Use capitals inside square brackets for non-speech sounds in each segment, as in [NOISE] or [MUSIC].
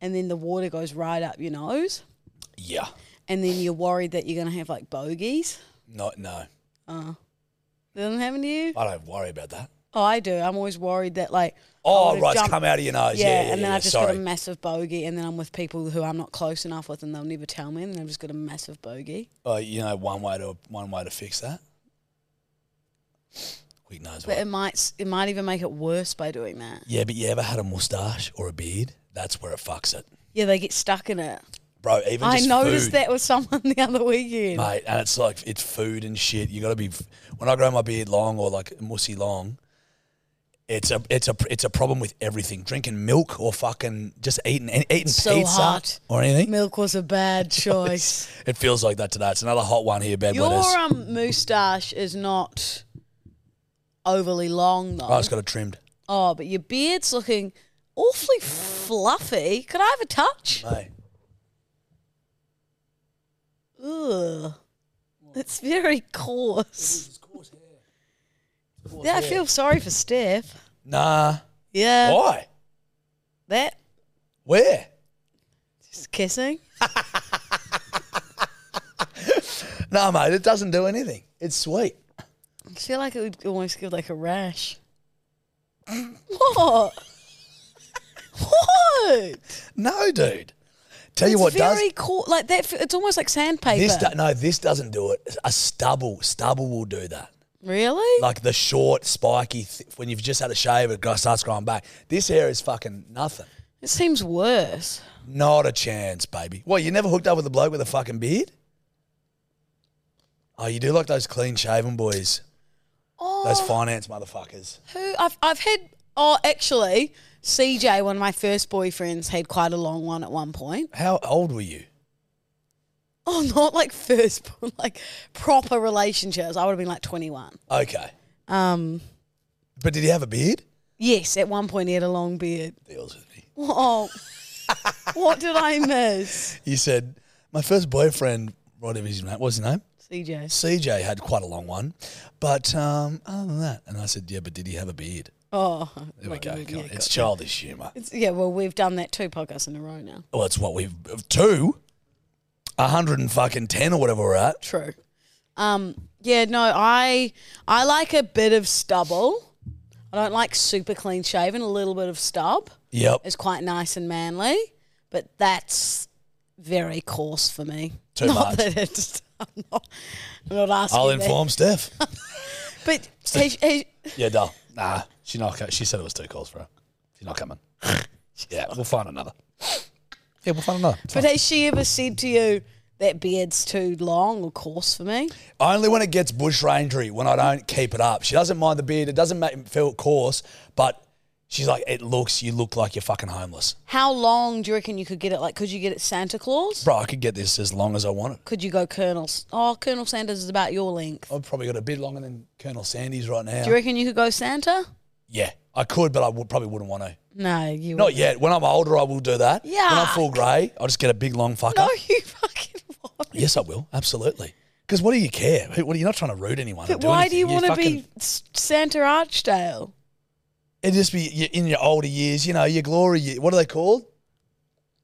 and then the water goes right up your nose Yeah. and then you're worried that you're going to have like bogeys? Uh, No, no. Doesn't happen to you? I don't worry about that. Oh, I do. I'm always worried that like I Oh, would've right. It's jumped- come out of your nose. Yeah, Yeah, yeah, and then yeah, I've just sorry. got a massive bogey, and then I'm with people who I'm not close enough with, and they'll never tell me, and then I've just got a massive bogey. Oh, you know, one way to one way to fix that. Quick nose. But um, wipe. it might s- it might even make it worse by doing that. yeah, but you ever had a mustache or a beard? That's where it fucks it, Yeah, they get stuck in it. bro. Even I just noticed food, that with someone [LAUGHS] the other weekend. mate. And it's like it's food and shit. You got to be. When I grow my beard long or like mussy long, it's a it's a it's a problem with everything. Drinking milk or fucking just eating and eating So pizza hot. or anything. Milk was a [LAUGHS] bad choice. It feels like that today. It's another hot one here, bed Your wetters. um, moustache is not overly long though. I just got it trimmed. oh, but your beard's looking awfully fluffy. Could I have a touch? Mate. Ugh. It's very coarse. yeah, I feel sorry for Steph. Nah. Yeah. Why? That Where? just kissing. No, mate, it doesn't do anything. It's sweet. I feel like it would almost give like a rash. what? what? No, dude. Tell you it's what very does cool. Like that. f- It's almost like sandpaper. this do, no, this doesn't do it. A stubble, stubble will do that. really? Like the short, spiky. Th- when you've just had a shave, it gro- starts growing back. This hair is fucking nothing. it seems worse. Not a chance, baby. What? You never hooked up with a bloke with a fucking beard? Oh, you do like those clean shaven boys, Oh, those finance motherfuckers. who? I've I've had. Oh, actually, CJ, one of my first boyfriends, had quite a long one at one point. [LAUGHS] How old were you? Oh, not like first, [LAUGHS] but like proper relationships. I would have been like twenty one. Okay. Um. But did he have a beard? Yes, at one point he had a long beard. Deals with me. [LAUGHS] Oh, what did I miss? He said, My first boyfriend, whatever his name, what was his name? CJ. CJ had quite a long one. But um, other than that, and I said, Yeah, but did he have a beard? Oh, There right, we go. yeah, Come on. got It's it. childish humour. It's- yeah. Well, we've done that two podcasts in a row now. Well, it's what we've, two, 110 or whatever we're at. True. Um, yeah, no, I I like a bit of stubble. I don't like super clean shaven. A little bit of stub Yep. is quite nice and manly, but that's very coarse for me. Too not much. That it's, [LAUGHS] I'm, not, I'm not asking. I'll that. [LAUGHS] inform Steph. But he, he, yeah, duh. Nah, she not. co- She said it was two calls for her. She's [LAUGHS] not coming. yeah, we'll find another. Yeah, we'll find another. It's but fine. has she ever said to you that beard's too long or coarse for me? Only when it gets bush rangery, when I don't keep it up. She doesn't mind the beard. It doesn't make feel coarse, but she's like, it looks, you look like you're fucking homeless. How long do you reckon you could get it? Like, could you get it Santa Claus? Bro, I could get this as long as I wanted. Could you go Colonel? S- Oh, Colonel Sanders is about your length. I've probably got a bit longer than Colonel Sandys right now. Do you reckon you could go Santa? Yeah, I could, but I would, probably wouldn't want to. No, you. Not yet. When I'm older, I will do that. When I'm Yuck. full grey, I'll just get a big long fucker. [LAUGHS] No, you fucking won't. Yes, I will. Absolutely. Because what do you care? Who- What are you not trying to root anyone? or But why do you anything. want to fucking- be S- Santa Archdale? It'd just be you- in your older years, you know, your glory. ye- What are they called?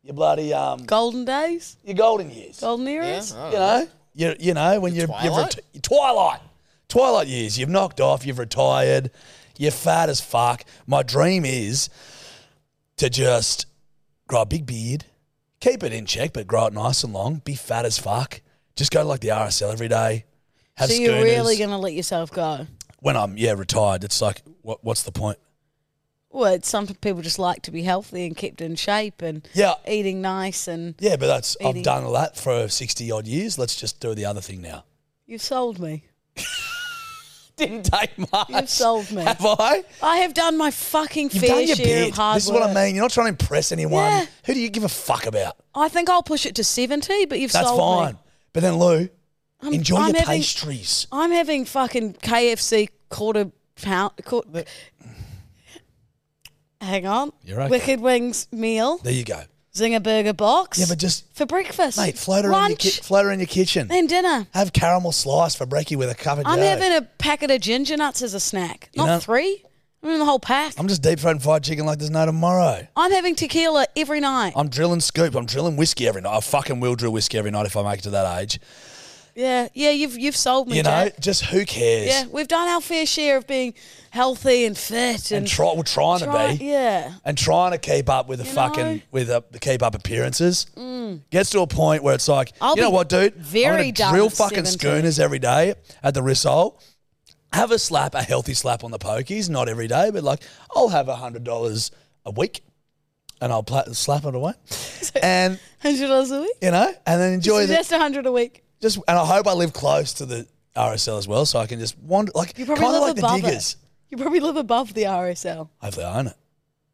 Your bloody um, Golden days, your golden years. golden Yeah, eras. I you don't know. know, you you know when Your you're twilight? You've reti- twilight, twilight years. You've knocked off. You've retired. You're fat as fuck. My dream is to just grow a big beard, keep it in check, but grow it nice and long. Be fat as fuck. Just go to like the RSL every day. Have so you're really schooners. gonna let yourself go? when I'm yeah retired. It's like what what's the point? Well, it's, some people just like to be healthy and kept in shape and Yeah, eating nice, and yeah, but that's Eating. I've done that for sixty odd years. Let's just do the other [LAUGHS] thing now. you've sold me. Didn't take much. You've sold me. Have I? I have done my fucking You've fair done your share bit. of hard This is work. what I mean. You're not trying to impress anyone. Yeah. Who do you give a fuck about? I think I'll push it to seventy, but you've That's sold me. fine. But then Lou, I'm- enjoy I'm your having- pastries. I'm having fucking KFC quarter pound. Quarter, hang on. You're okay. Wicked Wings meal, There you go, Zinger Burger box. Yeah, but just- for breakfast, mate. Float around your lunch, ki- float around your kitchen. and dinner. Have caramel slice for brekkie with a cup of I'm Joe. having a packet of ginger nuts as a snack. You Not know- three. I'm having the whole pack. I'm, I'm just deep frying fried chicken like there's no tomorrow. having tequila every night. I'm drilling scoop. I'm drilling whiskey every night. I fucking will drill whiskey every night if I make it to that age. yeah, yeah. You've you've sold me, You know, Jack. just who cares? Yeah, we've done our fair share of being healthy and fit and, And try, we're trying try- to be. Yeah. [LAUGHS] And trying to keep up with the You fucking know? Mm. with uh, the keep up appearances gets to a point where it's like, I'll you know be what, dude? very I'm dumb gonna drill at fucking 17. schooners every day at the Rissole. Have a slap, a healthy slap on the pokies, not every day, but like I'll have a hundred dollars a week, and I'll pla- slap it [LAUGHS] away, and Hundred dollars a week. you know, and then enjoy So the That's a hundred a week. just and I hope I live close to the RSL as well, so I can just wander like You kind of probably live like the above diggers. it. You probably live above the RSL. Hopefully, I own it.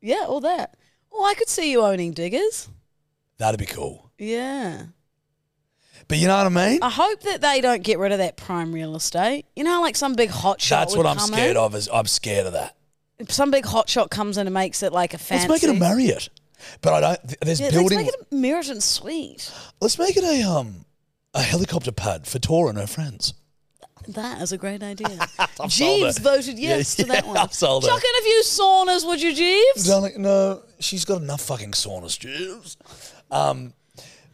Yeah, all that. Oh, I could see you owning diggers. That'd be cool. Yeah. But you know what I mean? I hope that they don't get rid of that prime real estate. You know, how, like some big hot shot. That's would what I'm come scared in? of. Is I'm scared of that. Some big hot shot comes in and makes it like a fancy. Let's make it a Marriott. But I don't. th- There's Yeah, building. Let's make it a Meriton Suite. let's make it a um a helicopter pad for Tora and her friends. That is a great idea. [LAUGHS] I've sold Jeeves it. voted yes Yeah, to that yeah, [LAUGHS] one. I've sold it. Chuck in a few saunas, would you, Jeeves? They're like, no, she's got enough fucking saunas, Jeeves. Um,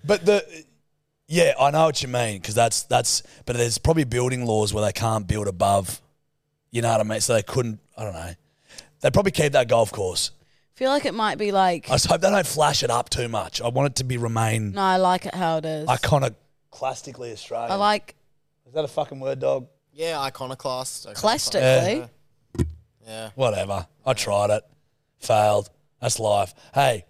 but the yeah, I know what you mean because that's that's. But there's probably building laws where they can't build above. You know what I mean? So they couldn't. I don't know. They probably keep that golf course. feel like it might be like. I just hope they don't flash it up too much. I want it to be remain no, I like it how it is. iconic, classically Australian. I like Is that a fucking word, dog? Yeah, iconoclast. plastically. Uh, Yeah. Yeah. Whatever. I tried it. Failed. That's life. Hey,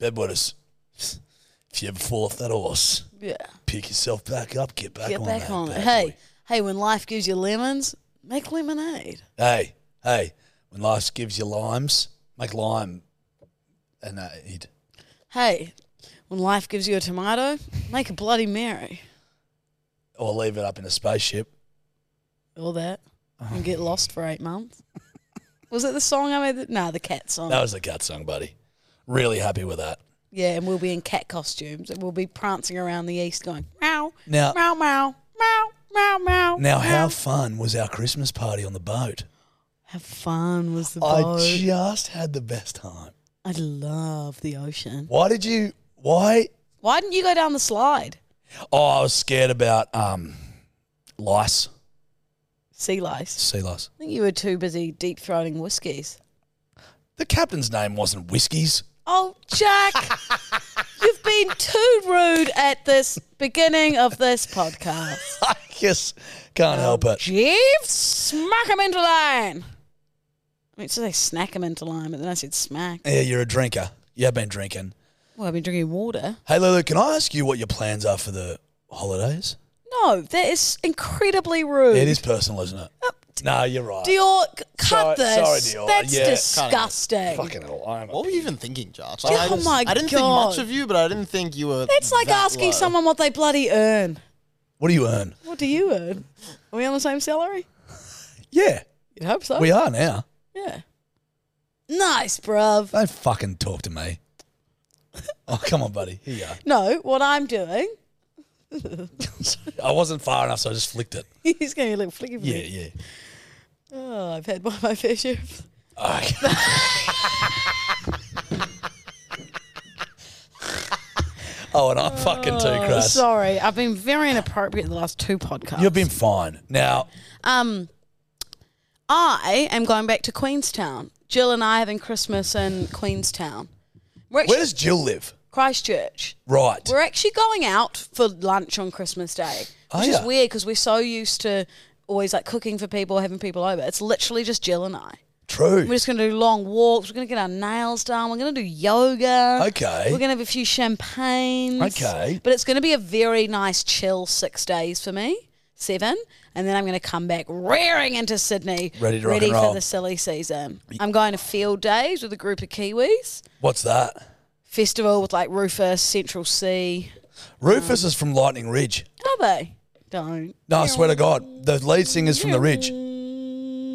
bedwetters, if you ever fall off that horse, yeah. pick yourself back up, get back Get on back that on it. bad Hey, boy. hey, when life gives you lemons, make lemonade. Hey, hey, when life gives you limes, make lime and uh, eat. Hey, when life gives you a tomato, make a Bloody Mary. Or leave it up in a spaceship. All that. And get lost for eight [LAUGHS] months. Was it the song I made? The, nah, the cat song. That was the cat song, buddy. Really happy with that. Yeah, and we'll be in cat costumes and we'll be prancing around the east going, meow, Now- meow, meow, meow, meow, meow. Now, how meow." fun was our Christmas party on the boat? How fun was the I boat? just had the best time. I love the ocean. Why did you? Why Why didn't you go down the slide? Oh, I was scared about um, lice, Sea lice. sea lice. I think you were too busy deep throating whiskies. The captain's name wasn't Whiskies. [LAUGHS] Oh, [LAUGHS] Jack, you've been too rude at this beginning of this podcast. I guess can't help it. Jeeves, smack him into line. I mean, so they snack him into line, but then I said smack. Yeah, you're a drinker. You have been drinking. Well, I've been drinking water. Hey, Lulu, can I ask you what your plans are for the holidays? No, that is incredibly rude. Uh, It is personal, isn't it? No, you're right. Dior, c- cut Sorry- this. sorry, Dior. That's Yeah, cut it. disgusting. Fucking hell, I'm What were you even thinking, Josh? Oh I, just- my I didn't God. think much of you, but I didn't think you were. That's like that asking low. someone what they bloody earn. What do you earn? What do you earn? Are we on the same salary? Yeah, You'd hope so. we are now. Yeah. Nice, bruv. Don't fucking talk to me. [LAUGHS] Oh, come on, buddy. Here you go. No, what I'm doing, [LAUGHS] I wasn't far enough, so I just flicked it. he's going to be a little flicky for Yeah, me. yeah. Oh, I've had one of my [LAUGHS] fair share of Okay. [LAUGHS] oh, and I'm fucking too crass. Sorry, I've been very inappropriate in the last two podcasts. You've been fine. Now, Um, I am going back to Queenstown. Jill and I are having Christmas in Queenstown. We're actually where does Jill live? Christchurch. Right. We're actually going out for lunch on Christmas Day, Are which ya? is weird because we're so used to always like cooking for people, having people over. It's literally just Jill and I. We're True. just going to do long walks. We're going to get our nails done. We're going to do yoga. Okay. We're going to have a few champagnes. Okay. But it's going to be a very nice, chill six days for me, seven. And then I'm going to come back rearing into Sydney. Ready to rock and roll. for the silly season. I'm going to field days with a group of Kiwis. What's that? Festival with like Rufus, Central Sea. Rufus is from Lightning Ridge. Are they? Don't. No, I swear to God, the lead singer's from the Ridge.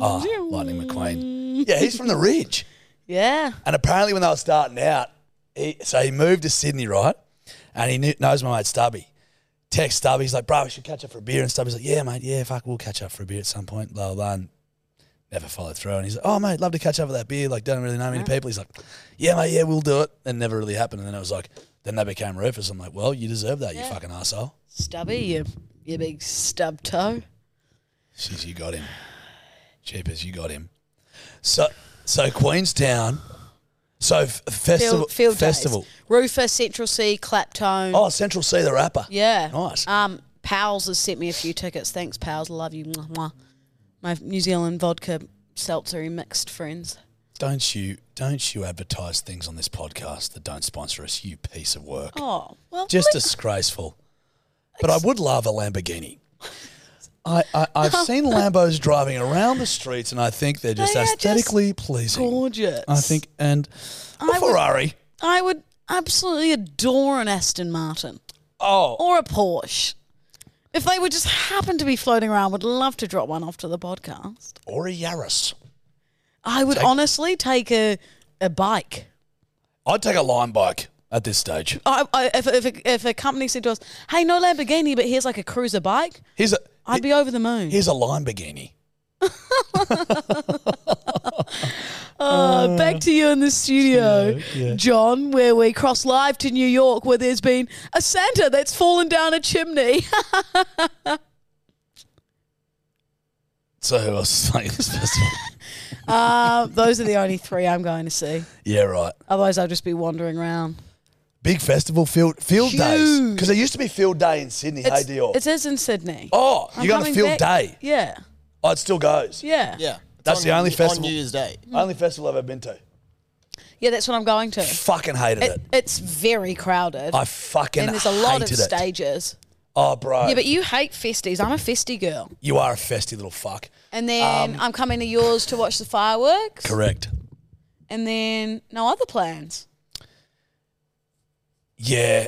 Ah, Lightning McQueen. Yeah, he's from the Ridge. Yeah. And apparently, when they were starting out, he, so he moved to Sydney, right? And he knew, knows my mate Stubby. Text Stubby, he's like, bro, we should catch up for a beer. And Stubby's like, yeah, mate, yeah, fuck, we'll catch up for a beer at some point, blah, blah, blah. And never followed through. And he's like, oh, mate, love to catch up with that beer. Like, don't really know many people. He's like, yeah, mate, yeah, we'll do it. And never really happened. And then it was like, then they became roofers. I'm like, well, you deserve that, you fucking asshole. Stubby, you, you big stub toe. Jeez, [SIGHS] you got him. Cheapers, you got him. So, so Queenstown, so f- festival, Field, field festival. days. Rufus, Central Sea, Claptone. Oh, Central Sea, the rapper. Yeah. Nice. Um, Powell's has sent me a few tickets. Thanks, Powell's. Love you. Mwah, mwah. My New Zealand vodka seltzer mixed friends. Don't you don't you advertise things on this podcast that don't sponsor us, you piece of work. Oh, well. Just let- disgraceful. But I would love a [LAUGHS] Lamborghini. I, I, I've seen Lambos driving around the streets and I think they're just They are just aesthetically pleasing. gorgeous. I think and a I would- Ferrari. I would absolutely adore an Aston Martin oh. or a Porsche. If they would just happen to be floating around, would love to drop one off to the podcast. Or a Yaris. I would Take- honestly take a a bike. I'd take a Lime bike at this stage. I, I, if, if, a, if a company said to us, "Hey, no Lamborghini, but here's like a cruiser bike," Here's a I'd be over the moon. here's a Lamborghini. Uh, back to you in the studio, John, where we cross live to New York, where there's been a Santa that's fallen down a chimney. [LAUGHS] So who else is playing [LAUGHS] at this festival? uh, those are the only three I'm going to see. [LAUGHS] yeah, right. Otherwise, I'll just be wandering around. Big festival field field days Huge. because there used to be field day in Sydney. It's, hey, Dior. it is in Sydney. oh, I'm you got a coming field back- day. Yeah, Oh, it still goes. yeah, yeah. Yeah. It's That's on- the only festival- On New Year's Day. Only festival I've ever been to. that's what I'm going to. Fucking hated it. It, it's very crowded, I fucking and there's a lot of hated it. stages. Oh, bro, Yeah, but you hate festies. I'm a festy girl. you are a festy little fuck. And then I'm coming to yours to watch the fireworks. Um, Correct. And then no other plans. Yeah,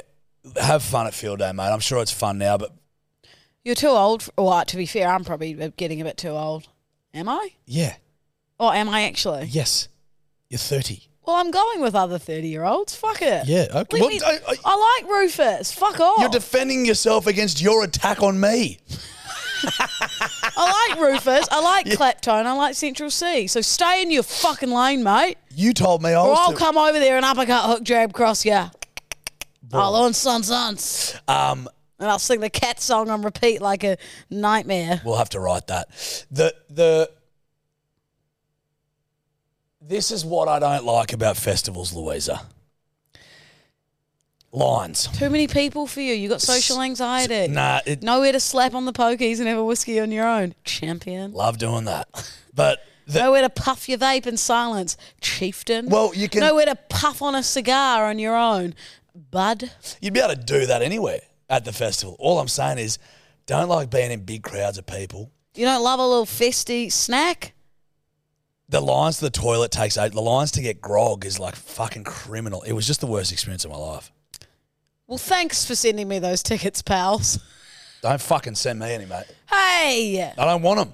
have fun at field day, mate. I'm sure it's fun now, but You're too old. For, well, to be fair, I'm probably getting a bit too old. Am I? yeah, Or am I actually? yes, you're 30. Well, I'm going with other 30 year olds. Fuck it. Yeah, okay. Leave Well, me- I- I, I- like Rufus. Fuck off. You're defending yourself against your attack on me. I like Rufus. I [LAUGHS] like Claptone. I like Central C. So stay in your fucking lane, mate. You told me I Or was. I'll to- come over there and uppercut, hook, jab, cross ya. I'll on sun suns. Um, And I'll sing the cat song on repeat like a nightmare. We'll have to write that. The the This is what I don't like about festivals, Louisa. Lines. Too many people for you. You got social anxiety. Nah, it, Nowhere to slap on the pokies and have a whiskey on your own. Champion. love doing that. But the, Nowhere to puff your vape in silence, chieftain. Well, you can- Nowhere to puff on a cigar on your own, bud. you'd be able to do that anywhere at the festival. All I'm saying is don't like being in big crowds of people. You don't love a little festy snack? The lines to the toilet takes eight. The lines to get grog is like fucking criminal. It was just the worst experience of my life. Well, thanks for sending me those tickets, pals. Don't fucking send me any, mate. Hey, I don't want them.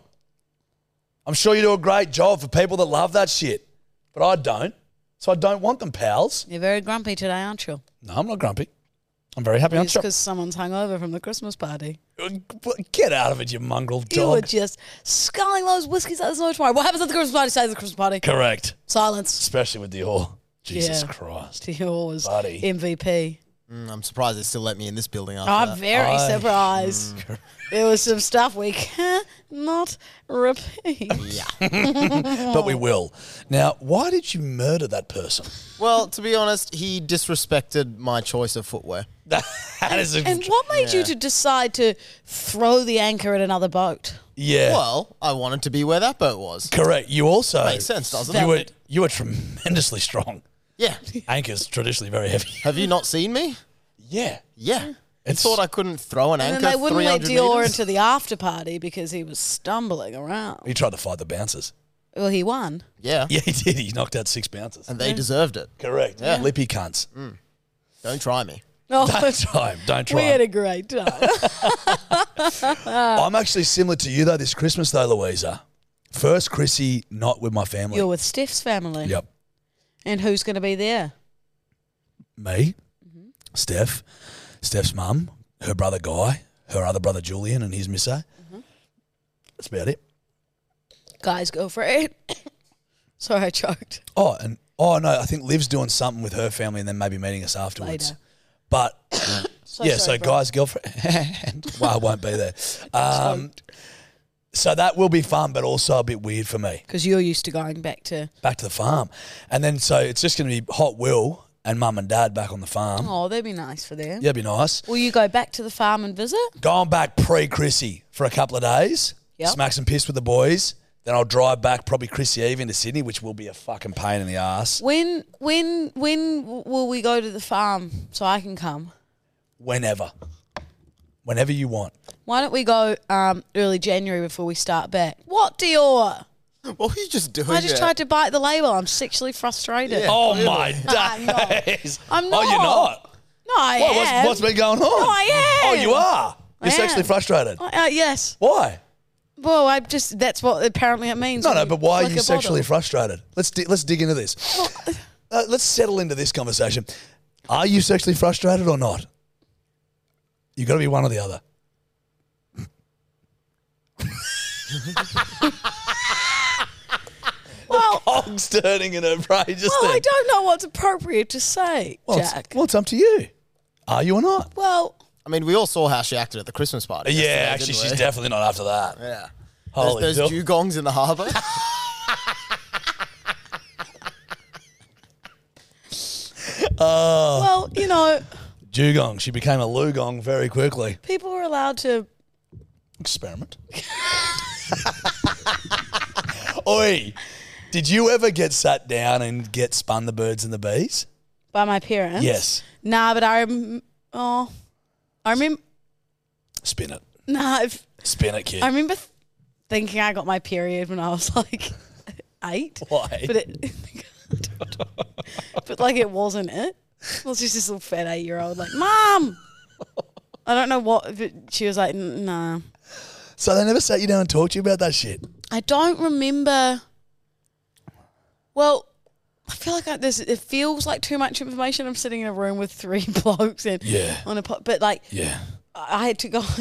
I'm sure you do a great job for people that love that shit. but I don't. So I don't want them, pals. You're very grumpy today, aren't you? No, I'm not grumpy. I'm very happy. I'm It's sure. because someone's hungover from the Christmas party. Get out of it, you mongrel You were dog. just sculling those whiskeys out of the tomorrow. What happens at the Christmas party? Stays at the Christmas party. Correct. Silence. Especially with Dior. Jesus Yeah. Christ. Dior was Buddy. MVP. Mm, I'm surprised they still let me in this building after I'm that. very I- surprised. Mm. [LAUGHS] there was some stuff we cannot repeat. [LAUGHS] But we will. Now, why did you murder that person? [LAUGHS] Well, to be honest, he disrespected my choice of footwear. that is a, And what made you to decide to throw the anchor at another boat? yeah. Well, I wanted to be where that boat was. Correct. You also Makes sense, doesn't you it? Were, you were [LAUGHS] tremendously strong. Yeah. Anchors traditionally very heavy. [LAUGHS] Have you not seen me? Yeah. Yeah. You It's- thought I couldn't throw an And then anchor they wouldn't let 300 Dior meters? into the after party because he was stumbling around. He tried to fight the bouncers. Well, he [LAUGHS] won. Yeah. [LAUGHS] Yeah, he did. He knocked out six bouncers. And they deserved it. Correct. Yeah. Lippy cunts. Don't try me. Oh, [LAUGHS] Don't try him. Don't [LAUGHS] we try had uh, him. a great time. I'm actually similar to you though this Christmas though, Louisa. First Chrissy not with my [LAUGHS] family. You're with Steph's family. Yep. And who's going to be there? Me, Mm-hmm. Steph, Steph's mum, her brother Guy, her other brother Julian, and his missa. Mm-hmm. That's about it. Guys, go for it. [COUGHS] Sorry, I choked. Oh, and oh no, I think Liv's doing something with her family, and then maybe meeting us afterwards. Later. [COUGHS] But So yeah, sorry, so bro. Guy's girlfriend. [LAUGHS] well, I [LAUGHS] won't be there. Um, so that will be fun, but also a bit weird for me. Because you're used to going back to. Back to the farm, and then so it's just going to be Hot Will and Mum and Dad back on the farm. Oh, that'd be nice for them. Yeah, it'd be nice. Will you go back to the farm and visit? Going back pre Chrissy for a couple of days. Yep. Smack some piss with the boys. Then I'll drive back probably Chrissy Eve into Sydney, which will be a fucking pain in the ass. When when when w- will we go to the farm so I can come? Whenever. Whenever you want. Why don't we go um, early January before we start back? What Dior? [LAUGHS] What were you just doing? I just there? tried to bite the label. I'm sexually frustrated. [LAUGHS] oh my I'm not. days. I'm [LAUGHS] Oh, you're not. not? No, I What, am. what's, what's been going on? No, I Oh, am. you are. I You're sexually am. frustrated. I- uh, yes. Why? Well, I just that's what apparently it means. No, when no, but why are flick you a sexually bottle. frustrated? Let's, di- let's dig into this. Uh, let's settle into this conversation. Are you sexually frustrated or not? You've got to be one or the other. [LAUGHS] Well, Hog's turning in her brain just well, I then. don't know what's appropriate to say, Well, Jack. It's, well, it's up to you. Are you or not? well, I mean, we all saw how she acted at the Christmas party. yeah, yesterday, actually, didn't she's we? definitely not after that. Yeah. Holy There's, hell. there's dugongs in the harbour. Oh. well, you know, Dugong. She became a Lugong very quickly. people are allowed to [LAUGHS] Experiment. Oi, did you ever get sat down and get spun the birds and the bees? by my parents. Yes. Nah, but I rem- oh, I remember. Spin it. Nah, if, Spin it, kid. I remember th- thinking I got my period when I was like [LAUGHS] eight. Why? But it, [LAUGHS] but like it wasn't it. It was just this little fat eight year old like, mom. I don't know what, but she was like, "N- nah. so they never sat you down and talked to you about that shit. I don't remember. Well, I feel like I, this. It feels like too much information. I'm sitting in a room with three [LAUGHS] blokes and Yeah. on a po- but like Yeah. I had to go. [LAUGHS]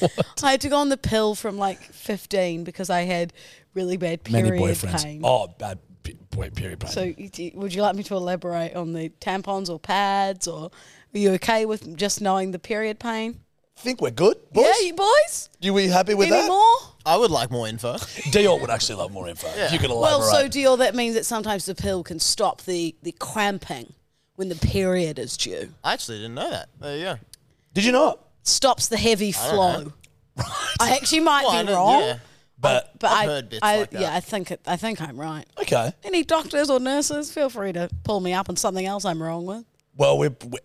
Oh, I had to go on the pill from like 15 because I had really bad Many period boyfriends. pain. Oh, bad pe- boy, period pain. So, you- do- would you like me to elaborate on the tampons or pads, or are you okay with just knowing the period pain? think we're good, boys? Yeah, you boys. you we happy with Any that? more? [LAUGHS] I would like more info. Dior would actually love more info. If you could elaborate. Well, so Dior, that means that sometimes the pill can stop the the cramping when the period is due. I actually didn't know that. There you go. Did you not? Stops the heavy flow. I actually might Well, I be know- wrong, yeah. But but i I've heard bits I, like that. yeah, I think it, I think I'm right. okay. Any doctors or nurses, feel free to pull me up on something else I'm wrong with. Well, we're, we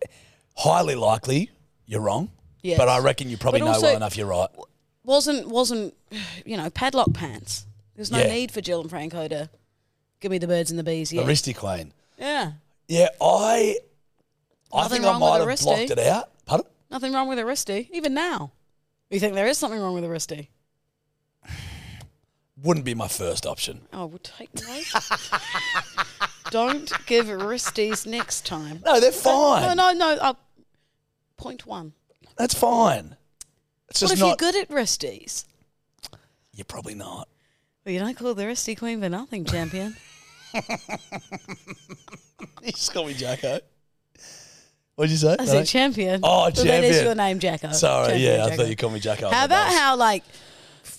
highly likely you're wrong. Yes. But I reckon you probably But know also- well enough. You're right. Wasn't wasn't [SIGHS] you know padlock pants? There's no Yeah. need for Jill and Franco to give me the birds and the bees yet. Aristi Queen. yeah, Yeah, I. I Nothing think I wrong with might have Aristi. blocked it out. Pardon? nothing wrong with a wristy, even now. You think there is something wrong with a wristy? Wouldn't be my first option. Oh, we'll take note. [LAUGHS] Don't give wristies next time. No, they're No, fine. no, no. Uh, point one. That's fine. It's What just if not. you're good at wristies? You're probably not. [LAUGHS] Well, you don't call the wristy queen for nothing, champion. You just call me Jacko. What'd you say? I No, said no. champion. Oh, Well, That is champion. your name, Jacko. Sorry, Champion yeah, I Jacko. thought you called me Jacko. How about how like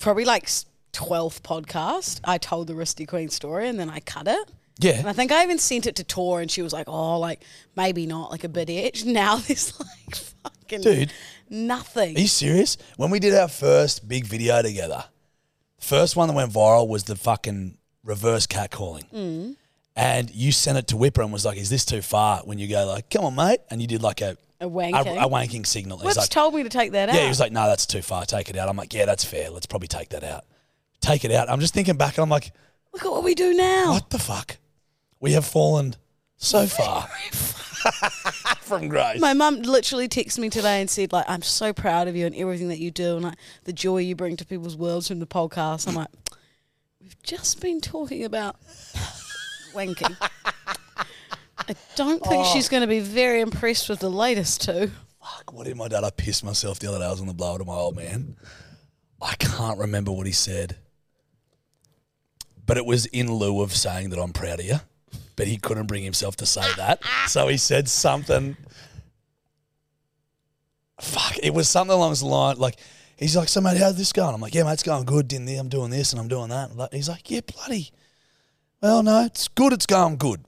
probably like twelfth podcast I told the Wristy Queen story and then I cut it. And I Yeah. think I even sent it to Tor and she was like, Oh, like maybe not, like a bit itch. [LAUGHS] Now there's like fucking Dude, nothing. are you serious? When we did our first big video together, first one that went viral was the fucking reverse catcalling. Mm. And you sent it to Whipper and was like, is this too far? When you go like, come on, mate. And you did like a, a a, wanking. a wanking signal. He's Whips like, told me to take that out. Yeah, he was like, no, that's too far. Take it out. I'm like, yeah, that's fair. Let's probably take that out. Take it out. I'm just thinking back and I'm like, Look at what we do now. what the fuck? We have fallen so far [LAUGHS] from grace. My mum literally texted me today and said, like, I'm so proud of you and everything that you do and like the joy you bring to people's worlds from the podcast. I'm like, we've just been talking about [LAUGHS] wanking. I don't think she's going to be very impressed with the latest two. Fuck, what did my dad? I pissed myself the other day. I was on the blower to my old man. I can't remember what he said, but it was in lieu of saying that I'm proud of you. But he couldn't bring himself to say that, so he said something. Fuck, it was something along the line like. He's like, so mate, how's this going? I'm like, yeah, mate, it's going good. Didn't I'm doing this and I'm doing that. Like- He's like, yeah, bloody. Well, no, it's good. It's going good,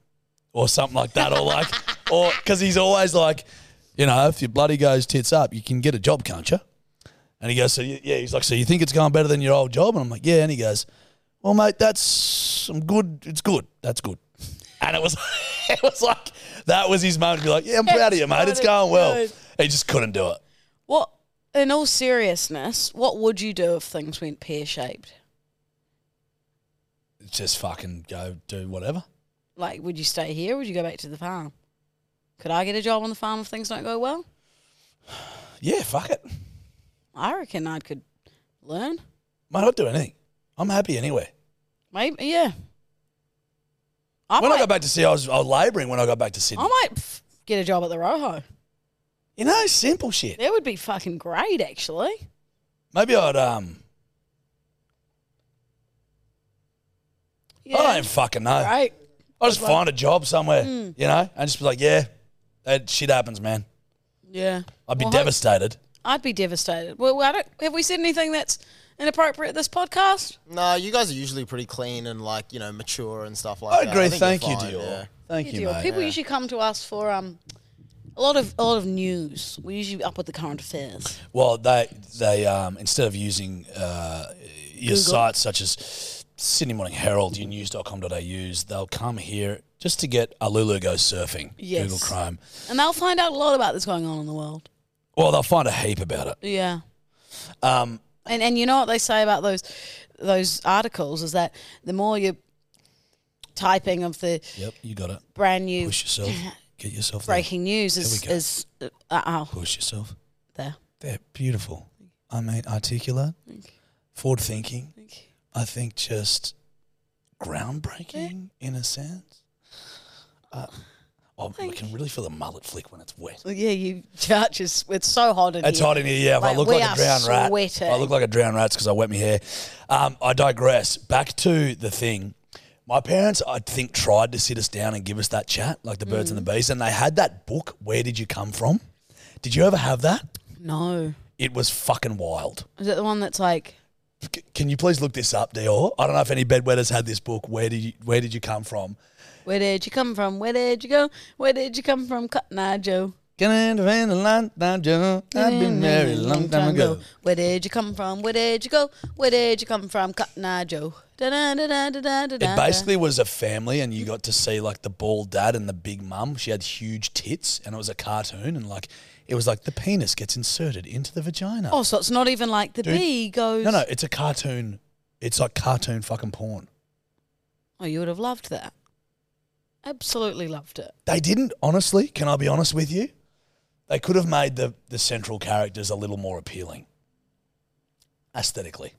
or something like that, or like, or because he's always like, you know, if your bloody goes tits up, you can get a job, can't you? And he goes, so you, yeah, he's like, so you think it's going better than your old job? And I'm like, yeah. And he goes, well, mate, that's I'm good. It's good. That's good. And it was, [LAUGHS] it was like that was his moment to be like, yeah, I'm proud of you, mate. It's It's going well. good. He just couldn't do it. What, in all seriousness, what would you do if things went pear shaped? Just fucking go do whatever. Like, would you stay here? Or would you go back to the farm? Could I get a job on the farm if things don't go well? Yeah, fuck it. I reckon I could learn. Mate, I'd do anything. I'm happy anyway. Maybe, yeah. I when might, I got back to Sydney, I was, I was labouring when I got back to Sydney. I might pff, get a job at the Rojo. you know, simple shit. That would be fucking great, actually. Maybe I'd um. Yeah. I don't fucking know. Right. Hmm. I just find a job somewhere, you know, and just be like, yeah, that shit happens, man. Yeah. I'd be Well, hope- devastated. I'd be devastated. Well, I don't, have we said anything that's inappropriate at this podcast? No, you guys are usually pretty clean and like you know mature and stuff like I that. agree. think Thank you're you, fine, Dior. yeah. Thank you, Yeah, deal. mate. People usually come to us for um a lot of a lot of news. We're usually up with the current affairs. Well, they they um, instead of using uh, your sites such as Sydney Morning Herald, your news.com.au's, they'll come here just to get a Lulu go surfing. Yes. Google Chrome. And they'll find out a lot about that's going on in the world. Well, they'll find a heap about it. Yeah. Um, And and you know what they say about those those articles is that the more you're typing of the yep, you got it. brand new Push yourself. Get yourself there. breaking news is There we go. is uh, uh, oh Push yourself. there. They're beautiful. I mean, articulate, forward thinking. I think just groundbreaking in a sense. Uh, oh, I can really feel the mullet flick when it's wet. Well, yeah, you [LAUGHS] church is it's so hot in It's here. hot in here, yeah. If I Like, look we like are a drowned rat, if I sweating. look like a drowned rat because I wet my hair. Um, I digress. Back to the thing. My parents, I think, tried to sit us down and give us that chat, like the birds Mm. and the bees, and they had that book. Where did you come from? Did you ever have that? No, It was fucking wild. is it the one that's like C- can you please look this up, Dior? I don't know if any bedwetters had this book. Where did you Where did you come from? where did you come from? Where did you go? Where did you come from? Cotton Eye Joe. Mm-hmm. I've been married a long time ago. Where did you come from? Where did you go? Where did you come from? Cotton Eye Joe. It It basically was a family, and you got to see like the bald dad and the big mum. She had huge tits, and it was a cartoon, and like it was like the penis gets inserted into the vagina. Oh, so it's not even like the Dude, bee goes. no, no, it's a cartoon. It's like cartoon fucking porn. Oh, you would have loved that. Absolutely loved it. They didn't, honestly. Can I be honest with you? They could have made the, the central characters a little more appealing aesthetically.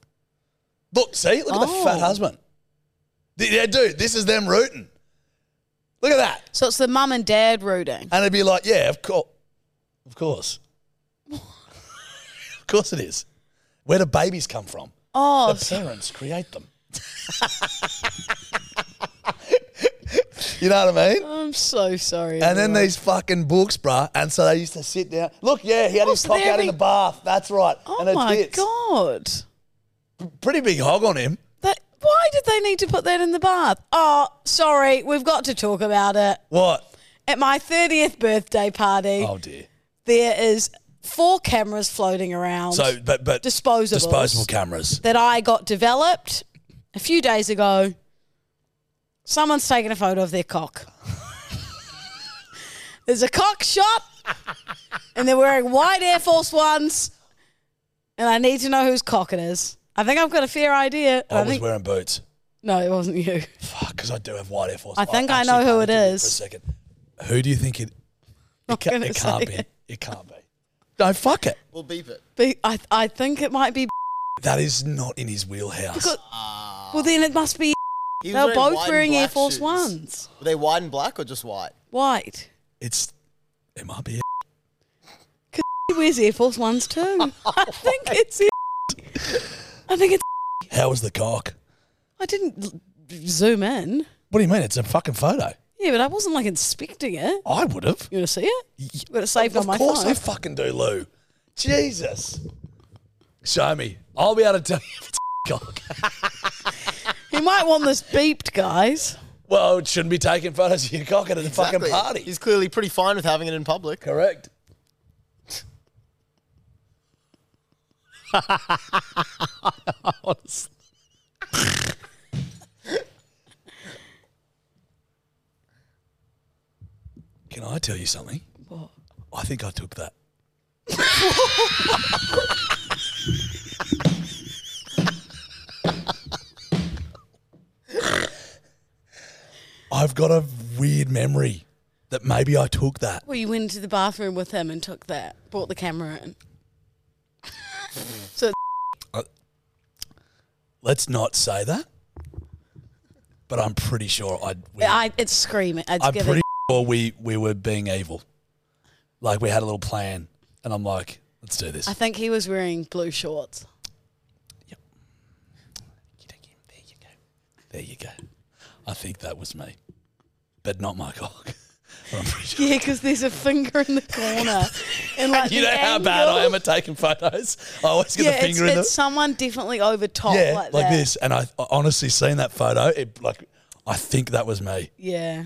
Look, see, look at the fat Oh. husband. Th- Yeah, dude, this is them rooting. Look at that. So it's the mum and dad rooting. And it'd be like, yeah, of course. Of course. of course it is. Where do babies come from? Oh, The parents create them. you know what I mean? I'm so sorry. And then everyone. these fucking books, bruh. And so they used to sit down. Look, yeah, he had Oh, his so cock they're out in the big- bath. That's right. Oh and it's my tits. god! Pretty big hog on him. That why did they need to put that in the bath? Oh, sorry, we've got to talk about it. What? At my thirtieth birthday party, Oh dear. there is four cameras floating around So, but but Disposables. disposable cameras. that I got developed a few days ago. Someone's taken a photo of their cock. [LAUGHS] There's a cock shot, and they're wearing white Air Force Ones, and I need to know whose cock it is. I think I've got a fair idea. and I I was think- wearing boots. no, it wasn't [LAUGHS] you. Fuck, because I do have white Air Force. I think I know actually who it panicked a bit is. For a second, who do you think it? It, ca- gonna it can't say be. it. It can't be. No, fuck it. We'll beep it. But I, I think it might be. That is not in his wheelhouse. Because, well, then it must be. He They're was wearing white both and wearing Air black Force shoes. Ones. Were they white and black or just white? White. it's. It might be. He wears Air Force Ones too. [LAUGHS] I think it's. I think it's. How was the cock? I didn't l- zoom in. What do you mean? It's a fucking photo. Yeah, but I wasn't like inspecting it. I would have. You want to see it? I've got it saved of on my course phone. I fucking do, Lou. Jesus. Show me. I'll be able to tell you if it's cock. [LAUGHS] [LAUGHS] you might want this beeped, guys. Well, it shouldn't be taking photos of your cock at a Exactly. fucking party. He's clearly pretty fine with having it in public. correct. Can I tell you something? I think I took that. I've got a weird memory that maybe I took that. Well, you went into the bathroom with him and took that, brought the camera in. so, Let's not say that. But I'm pretty sure I. We, I, it's screaming. It's I'm giving. pretty sure we we were being evil. Like we had a little plan, and I'm like, let's do this. I think he was wearing blue shorts. there you go. There you go. I think that was me, but not my cock. [LAUGHS] But [LAUGHS] I'm pretty sure. Yeah, because there's a finger in the [LAUGHS] corner. and like You the know how bad I am angle- at taking photos. I always get yeah, the finger it's, in the it's someone definitely over top yeah, like, like, that. this. And I, I honestly seen that photo. It like I think that was me. Yeah.